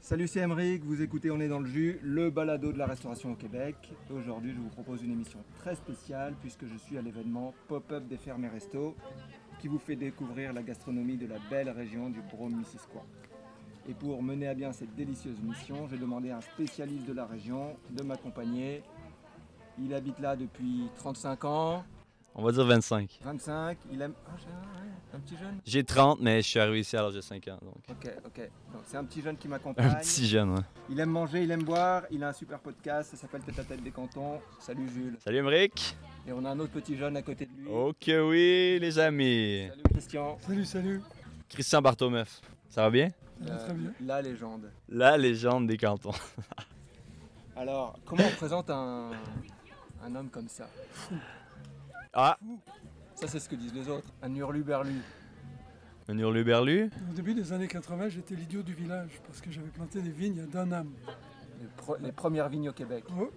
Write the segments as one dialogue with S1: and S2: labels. S1: Salut, c'est Emeric, vous écoutez On est dans le jus, le balado de la restauration au Québec. Aujourd'hui, je vous propose une émission très spéciale puisque je suis à l'événement Pop-up des fermes et restos qui vous fait découvrir la gastronomie de la belle région du Brome-Missisquoi. Et pour mener à bien cette délicieuse mission, j'ai demandé à un spécialiste de la région de m'accompagner. Il habite là depuis 35 ans,
S2: On va dire 25.
S1: 25, il aime... Ah, j'ai un- un petit jeune
S2: J'ai 30, mais je suis arrivé ici à l'âge de 5 ans. Donc.
S1: Ok, ok. Donc c'est un petit jeune qui
S2: Un
S1: m'accompagne.
S2: petit jeune, ouais.
S1: Il aime manger, il aime boire, il a un super podcast, ça s'appelle Tête à Tête des Cantons. Salut Jules.
S2: Salut Emric.
S1: Et on a un autre petit jeune à côté de lui.
S2: Ok, oui, les amis.
S1: Salut Christian.
S3: Salut, salut.
S2: Christian Bartomeuf. Ça va bien?
S3: Ça va
S1: Euh,
S3: très bien.
S1: La légende.
S2: La légende des cantons.
S1: Alors, comment on présente un, un homme comme ça
S2: Ah,
S1: Ça, c'est ce que disent les autres. Un hurluberlu.
S2: un hurluberlu.
S3: Au début des années 80, j'étais l'idiot du village parce que j'avais planté des vignes à Dunham.
S1: Les, pro- les premières vignes au Québec.
S3: Oh.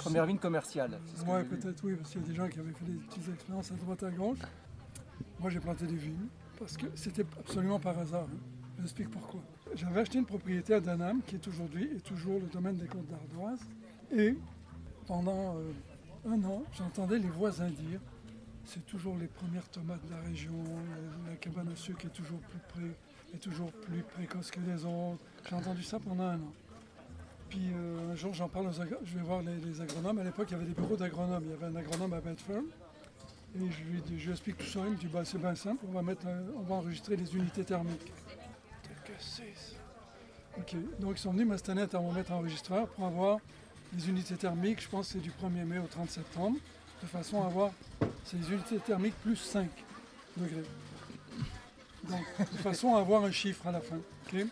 S1: Premières vignes commerciales. c'est ce que
S3: Ouais,
S1: j'ai lu.
S3: peut-être, oui, parce qu'il y a des gens qui avaient fait des petites expériences à droite à gauche. Moi, j'ai planté des vignes parce que c'était absolument par hasard. hein. Je vous explique pourquoi. J'avais acheté une propriété à Dunham qui est aujourd'hui et toujours le domaine des Côtes d'Ardoise. Et pendant euh, un an, j'entendais les voisins dire c'est toujours les premières tomates de la région, la, la cabane à sucre est toujours plus pré- est toujours plus précoce que les autres. J'ai entendu ça pendant un an. Puis euh, un jour, j'en parle aux agro- je vais voir les, les agronomes. À l'époque, il y avait des bureaux d'agronomes. Il y avait un agronome à Bedford. Et je lui, dis- je lui explique tout ça. Il me dit bah, c'est bien simple, on va, mettre, un- on va enregistrer les unités thermiques. Qu'est-ce que c'est ça Ok, donc ils sont venus m'installer un thermomètre enregistreur pour avoir les unités thermiques. Je pense que c'est du 1er mai au 30 septembre, de façon à avoir ces unités thermiques plus 5 degrés. Donc, de façon à avoir un chiffre à la fin. ok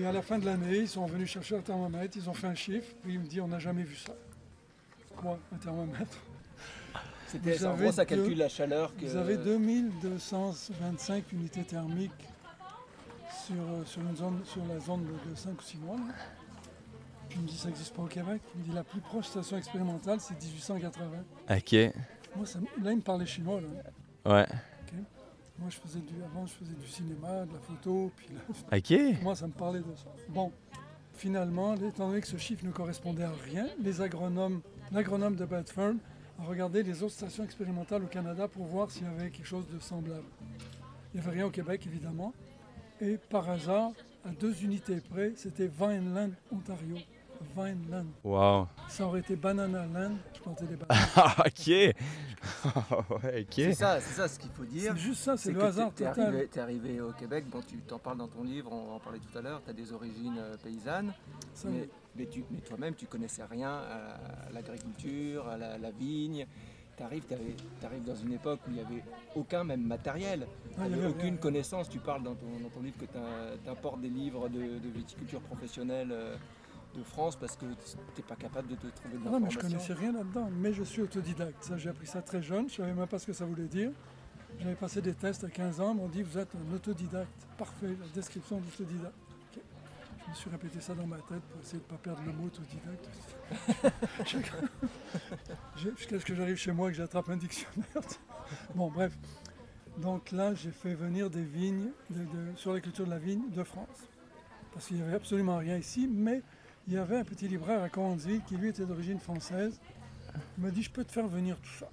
S3: et à la fin de l'année, ils sont venus chercher un thermomètre, ils ont fait un chiffre, puis il me dit on n'a jamais vu ça. Quoi, un thermomètre
S1: C'était
S3: Vous
S1: en gros,
S3: avez
S1: ça calcule
S3: deux-
S1: la chaleur que.
S3: Vous avez 2225 unités thermiques sur, euh, sur, une zone, sur la zone de, 5 ou 6 mois. là. Puis il me dit ça n'existe pas au Québec. Il me dit la plus proche station expérimentale, c'est 1880.
S2: Ok, ouais.
S3: Moi, ça, m- là, il me parlait chinois. Là. Moi, je faisais du, avant, je faisais du cinéma, de la photo, puis là,
S2: Ok.
S3: Moi, ça me parlait de ça. Bon, finalement, étant donné que ce chiffre ne correspondait à rien, les agronomes, l'agronome de Bedford a regardé les autres stations expérimentales au Canada pour voir s'il y avait quelque chose de semblable. Il n'y avait rien au Québec, évidemment. Et par hasard, à deux unités près, c'était Vineland, Ontario. Vineland.
S2: Wow.
S3: Ça aurait été Banana Land, je plantais des bananes.
S2: Ah, ok. Ouais,
S1: C'est
S2: ok.
S1: ça, c'est ça ce qu'il faut dire.
S3: C'est juste ça, c'est
S1: C'est
S3: le
S1: que t'es-
S3: hasard
S1: t'es
S3: total.
S1: Arrivé, t'es arrivé au Québec, bon, tu t'en parles dans ton livre, on en parlait tout à l'heure, tu as des origines euh, paysannes,
S3: Ça,
S1: mais, mais tu- mais toi-même, tu connaissais rien à, à l'agriculture, à la, la vigne. Tu arrives, dans une époque où il n'y avait aucun même matériel,
S3: non,
S1: il
S3: Ah, il y
S1: n'y
S3: avait
S1: avait aucune
S3: rien.
S1: connaissance. Tu parles dans ton, dans ton livre que tu importes des livres de, de viticulture professionnelle euh, de France parce que tu pas capable de te trouver de
S3: Non, Ah mais
S1: l'information.
S3: je connaissais rien là-dedans, mais je suis autodidacte. Ça, j'ai appris ça très jeune, je savais même pas ce que ça voulait dire. J'avais passé des tests à 15 ans, ils m'ont dit vous êtes un autodidacte. Parfait, la description d'autodidacte. Ok. Je me suis répété ça dans ma tête pour essayer de ne pas perdre le mot autodidacte. J'ai- Jusqu'à ce que j'arrive chez moi et que j'attrape un dictionnaire. bon, bref. Donc là, j'ai fait venir des vignes de- de- sur la culture de la vigne de France. Parce qu'il n'y avait absolument rien ici, mais il y avait un petit libraire à Cowansville qui lui était d'origine française. Il m'a dit je peux te faire venir tout ça,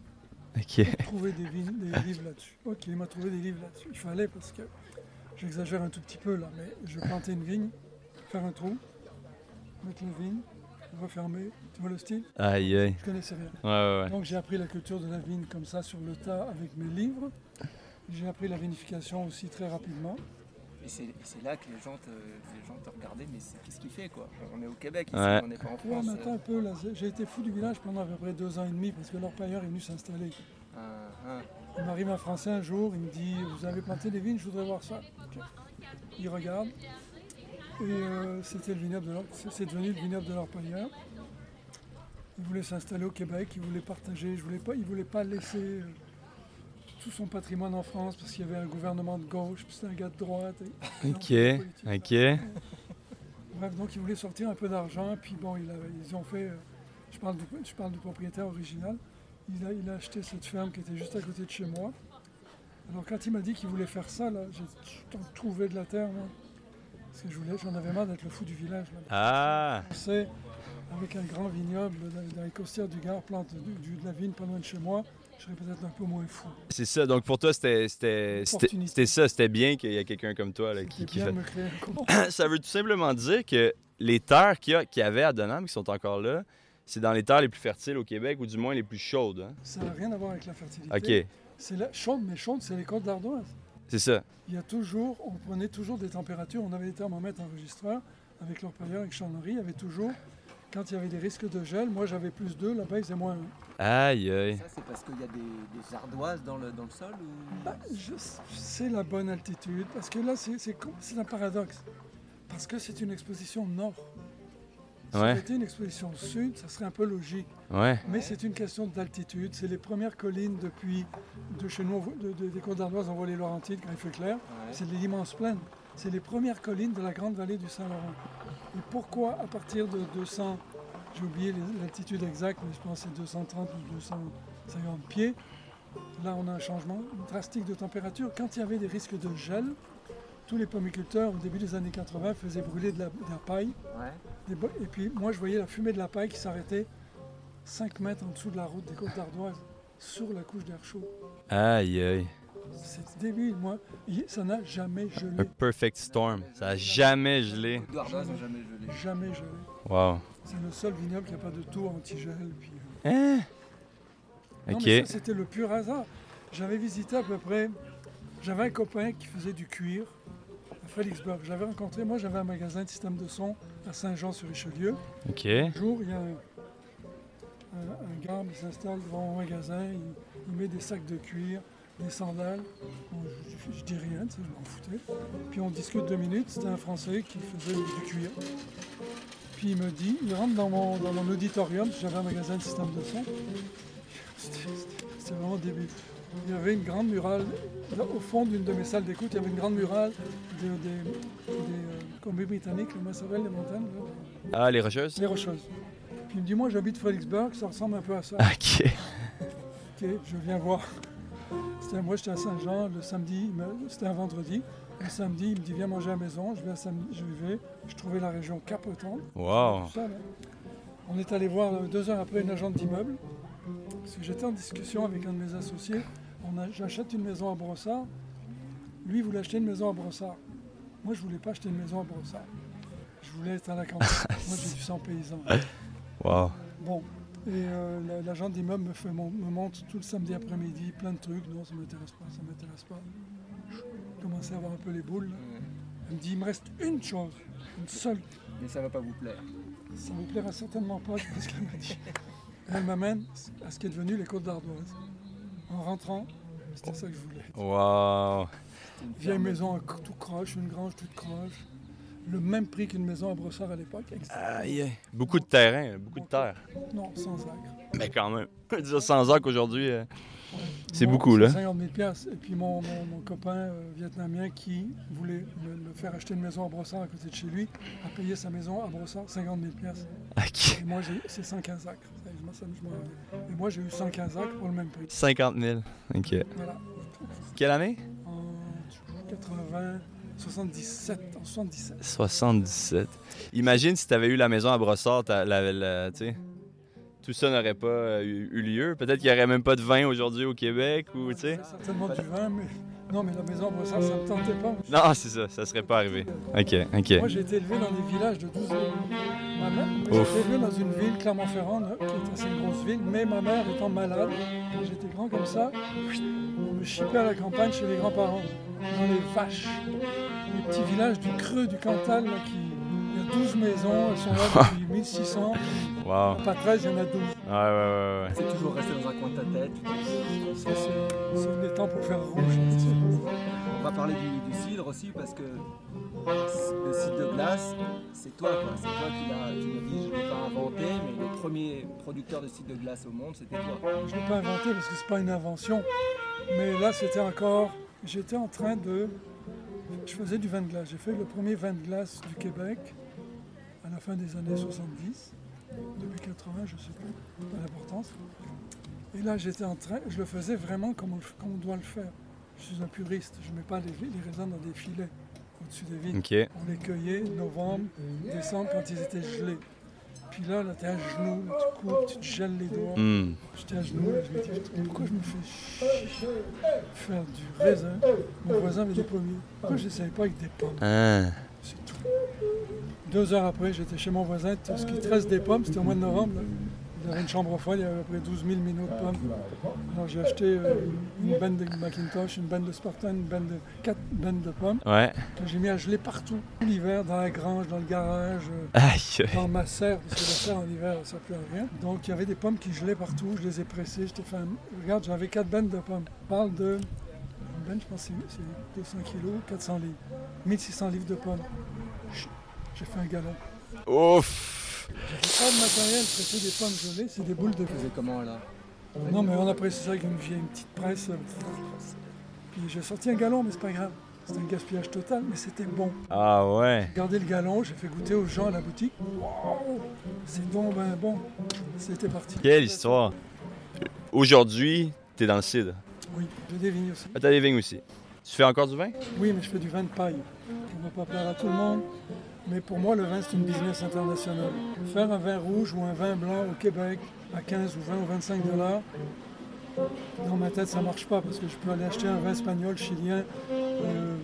S2: Ok.
S3: trouver des, vignes- des livres là-dessus. Ok, il m'a trouvé des livres là-dessus. Il fallait parce que j'exagère un tout petit peu là, mais je vais planter une vigne, faire un trou, mettre la vigne, refermer. Tu vois le style
S2: Aïe, aïe.
S3: Je connaissais rien.
S2: Ouais, ouais, ouais.
S3: Donc j'ai appris la culture de la vigne comme ça sur le tas avec mes livres. J'ai appris la vinification aussi très rapidement.
S1: Et c'est et c'est là que les gens te, les gens te regardaient, mais c'est- qu'est-ce qu'il fait quoi On est au Québec ici,
S2: Ouais.
S1: on n'est pas en
S3: Ouais,
S1: France.
S3: mais attends un peu, là, j'ai été fou du village pendant à peu près deux ans et demi parce que l'orpailleur est venu s'installer.
S1: euh, hein, hein.
S3: Il m'arrive un Français un jour, il me dit Vous avez planté des vignes, je voudrais voir ça. Ok. Il regarde. Et euh, c'était le vignoble de l'or- c'est c'est devenu le vignoble de l'orpailleur. Il voulait s'installer au Québec, il voulait partager, je voulais pas, il ne voulait pas laisser euh, tout son patrimoine en France parce qu'il y avait un gouvernement de gauche, puis c'était un gars de droite. et-
S2: Ok, ok.
S3: Bref, donc il voulait sortir un peu d'argent, puis bon, il avait- ils ont fait, euh, je, parle du, je parle du propriétaire original, il a, il a acheté cette ferme qui était juste à côté de chez moi. Alors quand il m'a dit qu'il voulait faire ça, là, j'ai j'ai trouvé de la terre, moi. Parce que je voulais. J'en avais marre d'être le fou du village. là.
S2: Ah,
S3: On sait, avec un grand vignoble dans- dans les costières du Gard, plante du- du- de la vigne pas loin de chez moi, je serais peut-être un peu moins fou.
S2: c'est ça. Donc pour toi, c'était c'était- c'était-
S3: Opportunité.
S2: c'était ça. C'était bien qu'il y ait quelqu'un comme toi là, qui,
S3: C'était
S2: qui
S3: bien
S2: fait-
S3: de me créer un compte.
S2: ça veut tout simplement dire que les terres qu'il y, a- qu'il y avait à Donham, qui sont encore là, c'est dans les terres les plus fertiles au Québec, ou du moins les plus chaudes. hein?
S3: Ça n'a rien à voir avec la fertilité.
S2: OK,
S3: C'est la chaude, mais chaude, c'est les côtes d'ardoise.
S2: c'est ça.
S3: Il y a toujours, on prenait toujours des températures, on avait des thermomètres enregistreurs avec l'orpailleur, avec Channery, il y avait toujours, quand il y avait des risques de gel, moi j'avais plus 2, là-bas ils faisaient moins un.
S2: Aïe, aïe.
S4: Ça, c'est parce qu'il y a des, des ardoises dans le, dans le sol ou...
S3: Bah, je- c'est la bonne altitude, parce que là c'est- c'est com- c'est un paradoxe, parce que c'est une exposition nord. Si
S2: Ouais.
S3: c'était une exposition sud, ça serait un peu logique.
S2: Ouais,
S3: Mais c'est une question d'altitude. C'est les premières collines depuis, de chez nous, on voit- de- de- des Côtes d'Ardoise, on voit les Laurentides, Greffeux-Clair.
S4: Ouais.
S3: C'est l'immense plaine. C'est les premières collines de la grande vallée du Saint-Laurent. Et pourquoi, à partir de 200, j'ai oublié les- l'altitude exacte, mais je pense que c'est 230 ou 250 pieds, là on a un changement drastique de température. Quand il y avait des risques de gel, tous les pommiculteurs, au début des années 80, faisaient brûler de la- de la paille
S4: Ouais.
S3: des bo- Et puis moi, je voyais la fumée de la paille qui s'arrêtait 5 mètres en dessous de la route des côtes d'Ardoise, sur la couche d'air chaud.
S2: aïe, aïe.
S3: C'est débile, moi. Il- Ça n'a jamais
S2: A
S3: gelé.
S2: perfect storm. Ça a jamais gelé.
S4: Les ardoises n'ont jamais gelé.
S3: Jamais gelé.
S2: Wow.
S3: C'est le seul vignoble qui n'a pas de tour anti-gel. Puis... euh.
S2: Hein?
S3: Non,
S2: OK.
S3: mais ça, c'était le pur hasard. J'avais visité à peu près. J'avais un copain qui faisait du cuir à Fredericksburg. J'avais rencontré, moi j'avais un magasin de système de son à Saint-Jean-sur-Richelieu.
S2: OK.
S3: Un jour, il y a un, un- un gars qui s'installe devant mon magasin, il, il met des sacs de cuir, des sandales. Bon, je, je- je dis rien, tu sais, je m'en foutais. Puis on discute deux minutes, c'était un Français qui faisait du cuir. Puis il me dit, il rentre dans mon, dans mon auditorium, j'avais un magasin de système de son. C'était- C'était c'était vraiment débile. Il y avait une grande murale, là, au fond d'une de mes salles d'écoute, il y avait une grande murale des, des, des, euh, Colombies britanniques, comment ça s'appelle, les montagnes là
S2: Ah, les rocheuses?
S3: les Rocheuses. Puis il me dit, moi j'habite Fredericksburg, ça ressemble un peu à ça.
S2: OK.
S3: Ok, je viens voir. C'était- moi j'étais à Saint-Jean, le samedi, il me- c'était un vendredi. Le samedi, il me dit, viens manger à la maison. Je vais à samedi, je vais, je trouvais la région capotante.
S2: Wow.
S3: Ça, là. On est allé voir euh, deux heures après une agente d'immeuble. Parce que j'étais en discussion avec un de mes associés. On a- J'achète une maison à Brossard. Lui il voulait acheter une maison à Brossard. Moi je voulais pas acheter une maison à Brossard. Je voulais être à la campagne. moi j'ai du sang paysan.
S2: Wow.
S3: Bon, et euh, la- l'agent d'immeuble me, fait mon- me montre tout le samedi après-midi plein de trucs. Non, ça m'intéresse pas, ça m'intéresse pas. Je commençais à avoir un peu les boules. là.
S4: Ouais.
S3: Elle me dit, il me reste une chose, une seule.
S4: Mais ça va pas vous plaire.
S3: Ça vous plaira certainement pas, je pense qu'elle m'a dit. Elle m'amène à ce qui est devenu les Côtes d'Ardoise. En rentrant, c'était ça que je voulais.
S2: Wow.
S4: C'était une
S3: Vieille
S4: ferme.
S3: maison à cou- tout croche, une grange toute croche. Le même prix qu'une maison à Brossard à l'époque. ex-
S2: Aïe, aïe. Beaucoup de terrain, beaucoup de terre.
S3: Non, sans acre.
S2: Mais quand même, dire sans acre aujourd'hui, euh, C'est
S3: Bon,
S2: beaucoup, là.
S3: 50 000 piastres. Et puis mon, mon- mon copain euh, vietnamien qui voulait me, me faire acheter une maison à Brossard à côté de chez lui a payé sa maison à Brossard 50 000 piastres.
S2: OK.
S3: Et moi, j'ai- c'est 115 acres. Sérieusement, ça, je m'en rappelle. Et moi, j'ai eu 115 acres pour le même prix.
S2: 50 000. OK.
S3: Voilà.
S2: Quelle année?
S3: En 80, 77, en 77.
S2: 77. Imagine si t'avais eu la maison à Brossard, t'as- la, la- tu sais, tout ça n'aurait pas euh, eu, eu lieu. Peut-être qu'il n'y aurait même pas de vin aujourd'hui au Québec ou, tu sais.
S3: Certainement du vin, mais non, mais la maison à Brossard, ça me tentait pas. Euh,
S2: Non, c'est ça, ça serait pas arrivé. OK, OK.
S3: Moi, j'ai été élevé dans des villages de 12 000. Ma mère, j'ai
S2: Ouf.
S3: été élevé dans une ville, Clermont-Ferrand, là, qui est assez une grosse ville, mais ma mère étant malade, quand j'étais grand comme ça, on me chipait à la campagne chez les grands-parents, dans les vaches. Les petits villages du creux du Cantal, là, qui... il y a 12 maisons, elles sont là depuis 1600.
S2: Wow.
S3: Pas 13, il y en a 12.
S2: Ouais, ouais, ouais, ouais.
S4: C'est toujours resté dans un coin de ta tête.
S3: Ça, c'est- c'est les temps pour faire rouge.
S4: On va parler du, du cidre aussi parce que le cidre de glace, c'est toi quoi. C'est toi qui l'as, tu l'as dit, je l'ai pas inventé, mais le premier producteur de cidre de glace au monde, c'était toi.
S3: Je ne l'ai pas inventé parce que c'est pas une invention. Mais là, c'était encore. J'étais en train de. Je faisais du vin de glace. J'ai fait le premier vin de glace du Québec à la fin des années 70. Depuis 80, je ne sais plus, pas l'importance. Et là, j'étais en train. Je le faisais vraiment comme on, comme on doit le faire. Je suis un puriste. Je ne mets pas les, les raisins dans des filets. au-dessus des vignes.
S2: OK.
S3: On les cueillait novembre, décembre, quand ils étaient gelés. Puis là, là, t'es à genoux, là, tu coupes, tu te gèles les doigts.
S2: Hmm.
S3: J'étais à genoux, là, je me dis, Putain, pourquoi je me fais chier faire du raisin Mon voisin avait des pommiers. Pourquoi je n'essayais pas avec des pommes
S2: Ah.
S3: C'est tout. Deux heures après, j'étais chez mon voisin, tout ce qui trace des pommes, c'était au mois de novembre. là. Il avait une chambre folle, il y avait à peu près 12 000 minutes de pommes. Alors j'ai acheté euh, une bande de Macintosh, une bande de Spartan, une bande de quatre bandes de pommes
S2: Ouais.
S3: que j'ai mis à geler partout. L'hiver, dans la grange, dans le garage, euh,
S2: Aïe.
S3: dans ma serre, parce que la serre en hiver, ça ne sert plus à rien. Donc il y avait des pommes qui gelaient partout, je les ai pressées, j'étais fait un- Regarde, j'avais quatre bandes de pommes. On parle de... Une bande, je pense que c'est c'est 200 kilos, 400 livres. 1600 livres de pommes. Chut, J'ai fait un galop.
S2: Ouf.
S3: Pas de matériel, presser des pommes gelées, c'est des boules de
S4: Vous êtes comment alors
S3: Non, mais on a pressé ça avec une vieille une petite presse. euh, Puis j'ai sorti un galon, mais c'est pas grave. C'était un gaspillage total, mais c'était bon.
S2: Ah ouais.
S3: Regardez le galon, j'ai fait goûter aux gens à la boutique. Wow, c'est donc ben bon. C'était parti.
S2: Quelle histoire. Aujourd'hui, t'es dans le cidre.
S3: Oui, j'ai des vignes aussi.
S2: Ah, T'as des vignes aussi. Tu fais encore du vin?
S3: Oui, mais je fais du vin de paille. On ne va pas plaire à tout le monde. Mais pour moi, le vin, c'est une business internationale. Faire un vin rouge ou un vin blanc au Québec à 15 ou 20 ou 25 dollars, dans ma tête, ça ne marche pas parce que je peux aller acheter un vin espagnol, chilien, euh,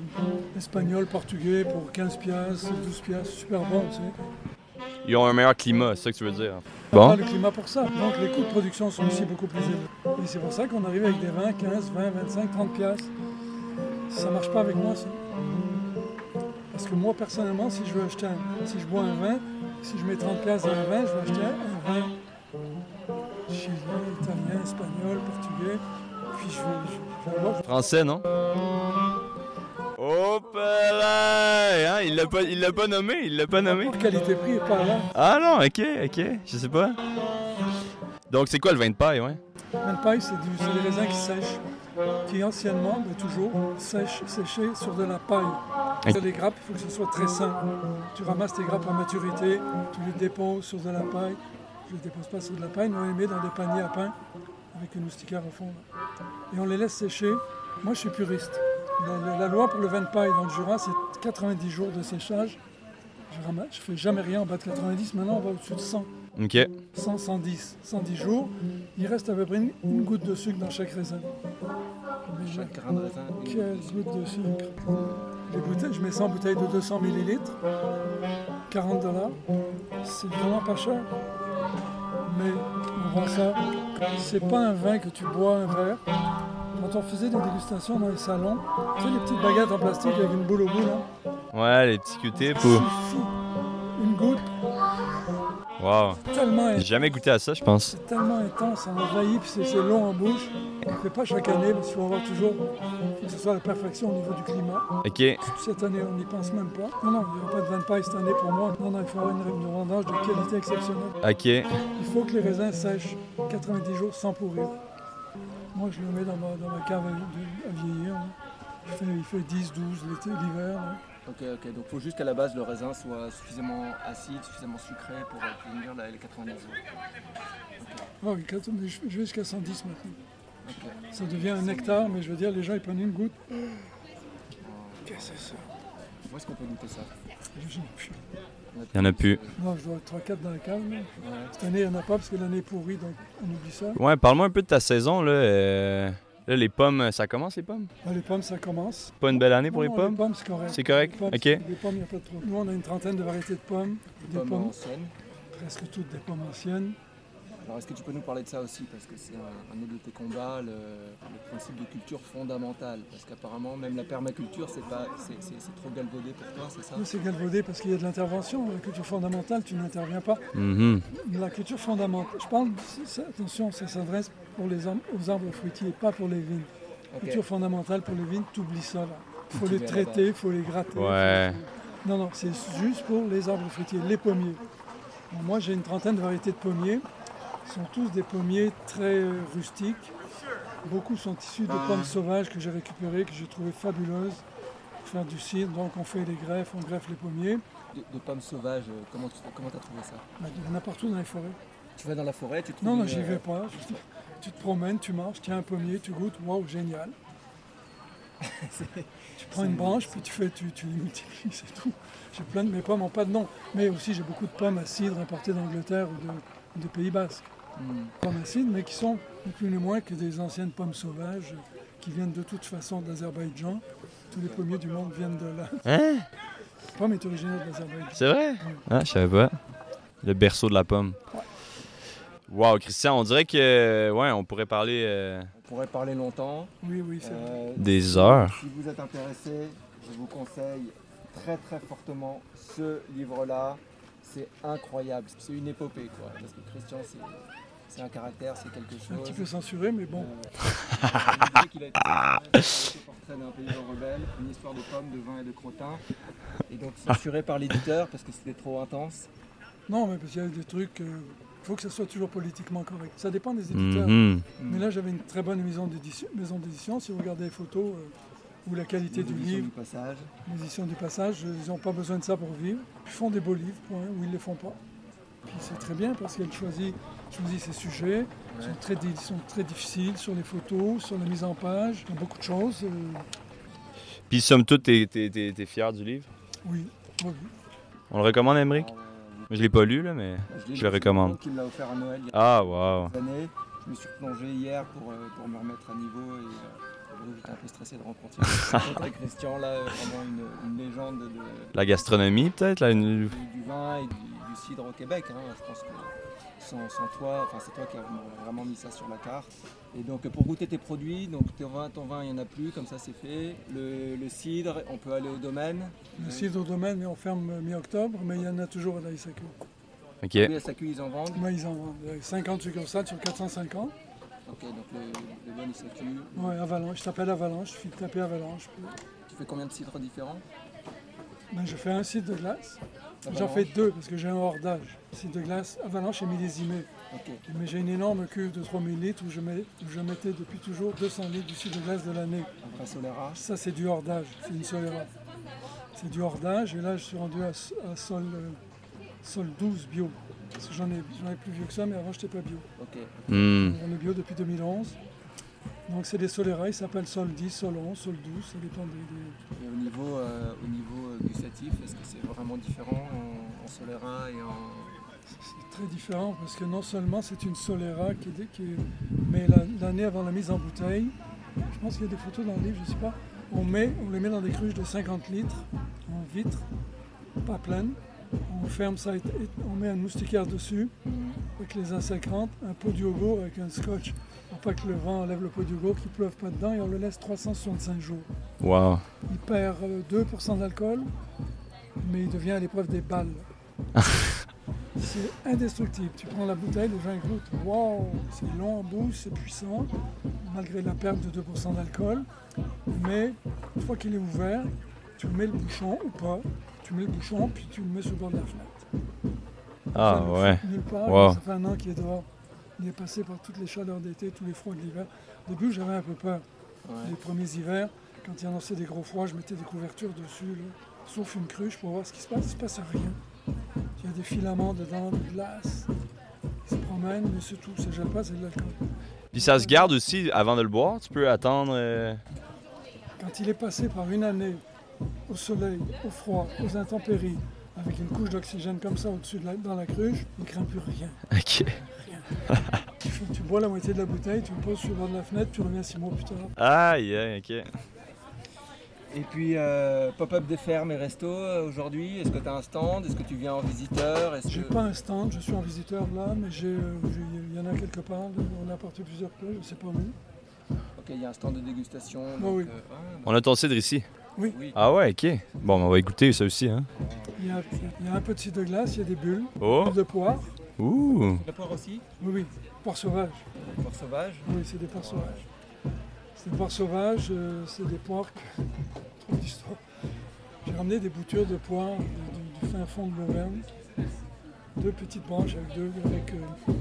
S3: espagnol, portugais pour 15 piastres, 12 piastres, super bon, tu sais.
S2: Ils ont un meilleur climat, c'est ça que tu veux dire.
S3: On n'a
S2: Bon.
S3: pas le climat pour ça. Donc les coûts de production sont aussi beaucoup plus élevés. Et c'est pour ça qu'on arrive avec des 20, 15, 20, 25, 30 piastres. Ça marche pas avec moi, ça. Parce que moi, personnellement, si je veux acheter un, si je bois un vin, si je mets 30 piastres dans un vin, je vais acheter un vin chilien, italien, espagnol, portugais. Puis je vais, je vais avoir-
S2: Français, non? Hop là! Hein, il l'a pas, il l'a pas nommé, il l'a pas nommé.
S3: Pour qualité-prix et pas là.
S2: Ah non, ok, ok, je sais pas. Donc c'est quoi le vin de paille, ouais?
S3: Vin de paille, c'est du- c'est des raisins qui sèchent, qui anciennement, mais toujours, sèchent, séchés sur de la paille. Sur les grappes, il faut que ce soit très simple. Tu ramasses tes grappes à maturité, tu les déposes sur de la paille. Je ne les dépose pas sur de la paille, mais on les met dans des paniers à pain avec une moustiquaire au fond. là. Et on les laisse sécher. Moi, je suis puriste. La, la- la loi pour le vin de paille dans le Jura, c'est 90 jours de séchage. Je ramasse, je fais jamais rien en bas de 90, maintenant on va au-dessus de 100.
S2: Ok.
S3: 100, 110, 110 jours, il reste à peu près une, une goutte de sucre dans chaque raisin. Mais là,
S4: Chaque grain de raisin, une-
S3: quelle goutte de sucre Les bouteilles, je mets 100 bouteilles de 200 millilitres, 40 dollars, c'est vraiment pas cher. Mais on voit ça, c'est pas un vin que tu bois un verre. Quand on faisait des dégustations dans les salons, tu sais les petites baguettes en plastique avec une boule au bout là,
S2: Ouais, les petits Q-tips.
S3: suffit une goutte
S2: Wow.
S3: tellement
S2: J'ai jamais goûté à ça, je pense.
S3: C'est tellement intense, ça envahit, puis c'est c'est long en bouche. On ne fait pas chaque année, parce qu'il faut avoir toujours, faut que ce soit à la perfection au niveau du climat.
S2: Ok.
S3: Cette année, on n'y pense même pas. Non, non, il n'y aura pas de vin de paille cette année pour moi. Non, non, il faut avoir une règle de vendange de qualité exceptionnelle.
S2: Ok.
S3: Il faut que les raisins sèchent 90 jours sans pourrir. Moi, je le mets dans ma, dans ma cave à, de- à vieillir. hein. Il fait, il fait 10, 12 l'été, l'hiver. hein.
S4: Ok, ok, donc faut juste qu'à la base le raisin soit suffisamment acide, suffisamment sucré pour euh, tenir la- les 90 jours.
S3: Ah oui, quand- mais je je vais jusqu'à 110 maintenant.
S4: Ok.
S3: Ça devient un hectare, mais je veux dire, les gens, ils prennent une goutte. Qu'est-ce que c'est ça
S4: Où est-ce qu'on peut goûter ça
S3: J'en peux.
S2: Il y en a plus.
S3: Non, je dois être 3-4 dans la cave. là.
S4: Ouais.
S3: Cette année, il n'y en a pas parce que l'année est pourrie, donc on oublie ça.
S2: Ouais, parle-moi un peu de ta saison, là. euh, Là, les pommes, ça commence, les pommes?
S3: Ah, les pommes, ça commence.
S2: Pas une belle année pour les
S3: Non,
S2: pommes?
S3: Les pommes, c'est correct.
S2: C'est correct?
S3: Les pommes,
S2: Ok.
S3: c'est- Les pommes, il n'y a pas de problème. Nous, on a une trentaine de variétés de pommes. Des pommes,
S4: Pommes anciennes.
S3: presque toutes des pommes anciennes.
S4: Alors est-ce que tu peux nous parler de ça aussi Parce que c'est un, un autre de tes combats, le, le principe de culture fondamentale. Parce qu'apparemment même la permaculture c'est pas c'est- c'est c'est trop galvaudé pour toi, c'est ça
S3: Nous, c'est galvaudé parce qu'il y a de l'intervention. La culture fondamentale, tu n'interviens pas.
S2: Mhm.
S3: La culture fondamentale, je parle, c'est- c'est- attention, ça s'adresse pour les arbres- aux arbres fruitiers, pas pour les vignes.
S4: Ok.
S3: Culture fondamentale pour les vignes, t'oublies ça. Il faut
S4: Tu
S3: les
S4: verras
S3: traiter, il faut les gratter. faut
S2: Ouais.
S3: Non, non, c'est juste pour les arbres fruitiers, les pommiers. Bon, moi, j'ai une trentaine de variétés de pommiers. Ce sont tous des pommiers très euh, rustiques. Beaucoup sont issus de pommes sauvages que j'ai récupérées, que j'ai trouvées fabuleuses pour faire du cidre. Donc, on fait les greffes, on greffe les pommiers.
S4: De, de pommes sauvages, euh, comment tu comment t'as trouvé ça
S3: Ben, Il y en a partout dans les forêts.
S4: Tu vas dans la forêt, tu trouves
S3: Non, non,
S4: une,
S3: j'y
S4: euh,
S3: vais pas. Je- Tu te promènes, tu marches, tiens un pommier, tu goûtes, waouh, génial.
S4: C'est-
S3: Tu prends une branche, puis tu fais, tu, tu les multiplies, c'est tout. J'ai plein de mes pommes en pas de nom. Mais aussi, j'ai beaucoup de pommes à cidre importées d'Angleterre ou de, ou de Pays Basque.
S1: euh,
S4: Hmm.
S3: Pommes à cidre, mais qui sont ni plus ni moins que des anciennes pommes sauvages euh, qui viennent de toute façon d'Azerbaïdjan. Tous les pommiers du monde viennent de là.
S2: Hein?
S3: La pomme est originaire d'Azerbaïdjan.
S2: C'est vrai? Ah, je savais pas. Le berceau de la pomme. Wow, Christian, on dirait que. Ouais, on pourrait parler euh,
S1: On pourrait parler longtemps.
S3: Oui, oui, c'est vrai.
S1: Euh,
S2: des heures.
S1: Si vous êtes intéressé, je vous conseille très très fortement ce livre-là. C'est incroyable, c'est une épopée quoi. Parce que Christian, c'est, c'est un caractère, c'est quelque
S3: C'est un petit peu
S1: chose.
S3: censuré, mais
S1: Euh,
S3: bon.
S1: on dit qu'il a été- il a été portrait d'un paysan rebelle, une histoire de pommes, de vin et de crottin. Et donc censuré par l'éditeur parce que c'était trop intense.
S3: Non, mais parce qu'il y a des trucs. Il faut que ça soit toujours politiquement correct. Ça dépend des éditeurs.
S2: Mhm.
S3: Mais là, j'avais une très bonne maison d'édition. Maison d'édition. Si vous regardez les photos euh, ou la qualité
S1: Les
S3: du
S1: éditions
S3: livre,
S1: du passage.
S3: les éditions du passage, euh, ils n'ont pas besoin de ça pour vivre. Ils font des beaux livres, point, ou ils ne les font pas. Puis c'est très bien parce qu'elle choisit, choisit ses sujets. Ils, sont très, dé- ils sont très difficiles sur les photos, sur la mise en page, sur beaucoup de choses. euh,
S2: Puis, somme toute, t'es, t'es- t'es- t'es fier du livre?
S3: oui, oui.
S2: On le recommande, Emmerich?
S1: Alors, euh,
S2: Je l'ai pas lu, là, mais.
S1: l'ai
S2: Je le
S1: lu,
S2: recommande.
S1: Qui me l'a offert à Noël il y a
S2: Ah, wow.
S1: quelques années. Je me suis replongé hier pour, euh, pour me remettre à niveau et euh, j'avoue que j'étais un peu stressé de rencontrer, rencontrer Christian là, euh, vraiment une, une légende de-
S2: La gastronomie, peut-être? Là, une-
S1: du, du vin et du, du cidre au Québec. hein. Je pense que sans, sans toi, enfin c'est toi qui as vraiment mis ça sur la carte. Et donc pour goûter tes produits, donc ton vin, ton vin, il n'y en a plus, comme ça c'est fait. Le, le cidre, on peut aller au domaine.
S3: Le cidre au domaine, on ferme euh, mi-octobre, mais il y en a toujours à la SAQ.
S2: Ok.
S1: Oui, à SAQ, ils en vendent.
S3: Moi, ils en vendent euh, 50 succursales sur 450.
S1: Ok, donc le, le vin, il s'accue.
S3: Ouais, Avalanche, je t'appelle Avalanche, je suis tapé Avalanche. puis-
S1: Tu fais combien de cidres différents
S3: Ben, je fais un site de glace. J'en fais deux parce que j'ai un hordage. Site de glace Avalanche et millésimé.
S1: Ok.
S3: Mais j'ai une énorme cuve de 3000 litres où je, mets- où je mettais depuis toujours 200 litres du site de glace de l'année.
S1: Un vrai Solera.
S3: Ça, c'est du hordage, c'est une Solera. C'est du hordage et là, je suis rendu à, à sol, euh, sol 12 bio. Parce que J'en ai, j'en ai plus vieux que ça, mais avant, je n'étais pas bio.
S1: Ok.
S2: Hmm.
S3: On est bio depuis 2011. Donc, c'est des Solera, ils s'appellent Sol 10, Sol 11, Sol 12, ça dépend des- des,
S1: Et au niveau, euh, au niveau euh, gustatif, est-ce que c'est vraiment différent en, en Solera et en.
S3: C'est très différent parce que non seulement c'est une Solera, qui est, qui est- mais la- l'année avant la mise en bouteille, je pense qu'il y a des photos dans le livre, je ne sais pas, on, met, on les met dans des cruches de 50 litres en vitre, pas pleine. On ferme ça, et- et on met un moustiquaire dessus avec les insectes rentrent, un pot de yogourt avec un scotch pour pas que le vent enlève le pot de yogourt, qu'il pleuve pas dedans et on le laisse 365 jours.
S2: Wow.
S3: Il perd euh, 2% d'alcool, mais il devient à l'épreuve des balles. c'est indestructible. Tu prends la bouteille, les gens écoutent, waouh, c'est long en bouche, c'est puissant, malgré la perte de 2% d'alcool. Mais une fois qu'il est ouvert, tu mets le bouchon ou pas, tu mets le bouchon, puis tu le mets sur le bord de la fenêtre.
S2: Ah,
S3: Ça ne
S2: ouais.
S3: fout Nulle part,
S2: Wow.
S3: ça fait un an qu'il est dehors. Il est passé par toutes les chaleurs d'été, tous les froids de l'hiver. Au début, j'avais un peu peur les
S1: Ouais.
S3: premiers hivers, quand il annonçait des gros froids, je mettais des couvertures dessus, là, sauf une cruche pour voir ce qui se passe. Il se passe rien. Il y a des filaments dedans, de glace. Ils se promènent, mais c'est tout. Ça gèle pas, c'est de l'alcool.
S2: Puis ça se garde aussi avant de le boire. Tu peux attendre. euh,
S3: Quand il est passé par une année au soleil, au froid, aux intempéries, avec une couche d'oxygène comme ça au-dessus de la, dans la cruche, il ne craint plus rien.
S2: Ok.
S3: Tu, fais- tu bois la moitié de la bouteille, tu le poses sur le bord de la fenêtre, tu reviens six mois plus tard.
S2: Aïe, aïe, ok.
S1: Et puis, euh, pop-up des fermes et restos euh, aujourd'hui, est-ce que tu as un stand Est-ce que tu viens en visiteur Est-ce
S3: J'ai
S1: que...
S3: pas un stand, je suis en visiteur là, mais j'ai, euh, j'ai- il y en a quelque part. là, On a apporté plusieurs plats, je ne sais pas où.
S1: Ok, il y a un stand de dégustation.
S3: Ah
S1: donc,
S3: oui.
S1: euh, ah, bah,
S2: On a ton cidre ici.
S1: oui.
S2: Ah ouais, ok. Bon, ben, on va écouter ça aussi, hein.
S3: Il y, a, il y a un peu de cidre de glace, il y a des bulles,
S2: Oh!
S3: bulles de poire.
S2: Ouh!
S1: La poire aussi,
S3: Oui, oui, poire sauvage.
S1: la poire sauvage.
S3: Oui, c'est des poires sauvages. C'est des poires sauvages, euh, c'est des poires que... Trop d'histoire. J'ai ramené des boutures de poire de- de- du fin fond de l'Auvergne. Deux petites branches avec deux, avec euh,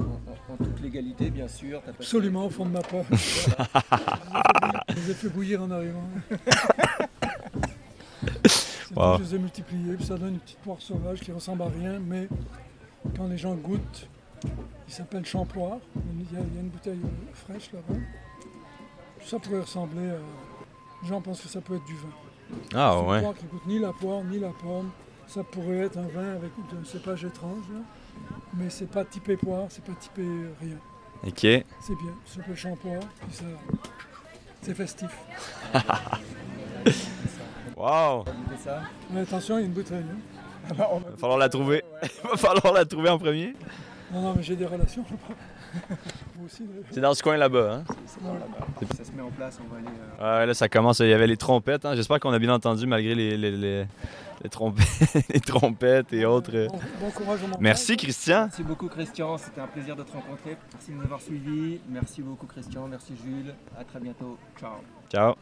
S1: En, en- en toute légalité, bien sûr. t'as pas-
S3: absolument au fond de ma poche. je les ai fait bouillir en arrivant. C'est tout,
S2: Wow.
S3: Je les ai multipliés, puis ça donne une petite poire sauvage qui ressemble à rien, mais quand les gens goûtent, il s'appelle champloire. Il y, a, il y a une bouteille euh, fraîche là-bas. Ça pourrait ressembler à de Les gens pensent que ça peut être du vin.
S2: Ah
S3: C'est une
S2: ouais.
S3: poire qui goûte ni la poire, ni la pomme. Ça pourrait être un vin avec de cépage étrange, là. mais c'est pas typé poire, c'est pas typé euh, rien.
S2: Ok.
S3: C'est bien, c'est un peu champoire, puis ça... c'est festif.
S2: Wow.
S1: goûter ça.
S3: Mais attention, il y a une bouteille. hein.
S2: Va falloir la trouver. Va falloir la trouver en premier.
S3: Non, non, mais j'ai des relations. Vous aussi, d'ailleurs.
S2: C'est dans ce coin là-bas. Hein?
S1: C'est par là-bas. Ça se met en place, on va aller. euh,
S2: Ouais, là, ça commence. Il y avait les trompettes. Hein? J'espère qu'on a bien entendu malgré les, les, les, les trompettes, les trompettes et autres. euh,
S3: Bon, bon courage au montage.
S2: Merci, Christian.
S1: Merci beaucoup Christian, c'était un plaisir de te rencontrer. Merci de nous avoir suivis. Merci beaucoup Christian, merci Jules. À très bientôt. Ciao.
S2: Ciao.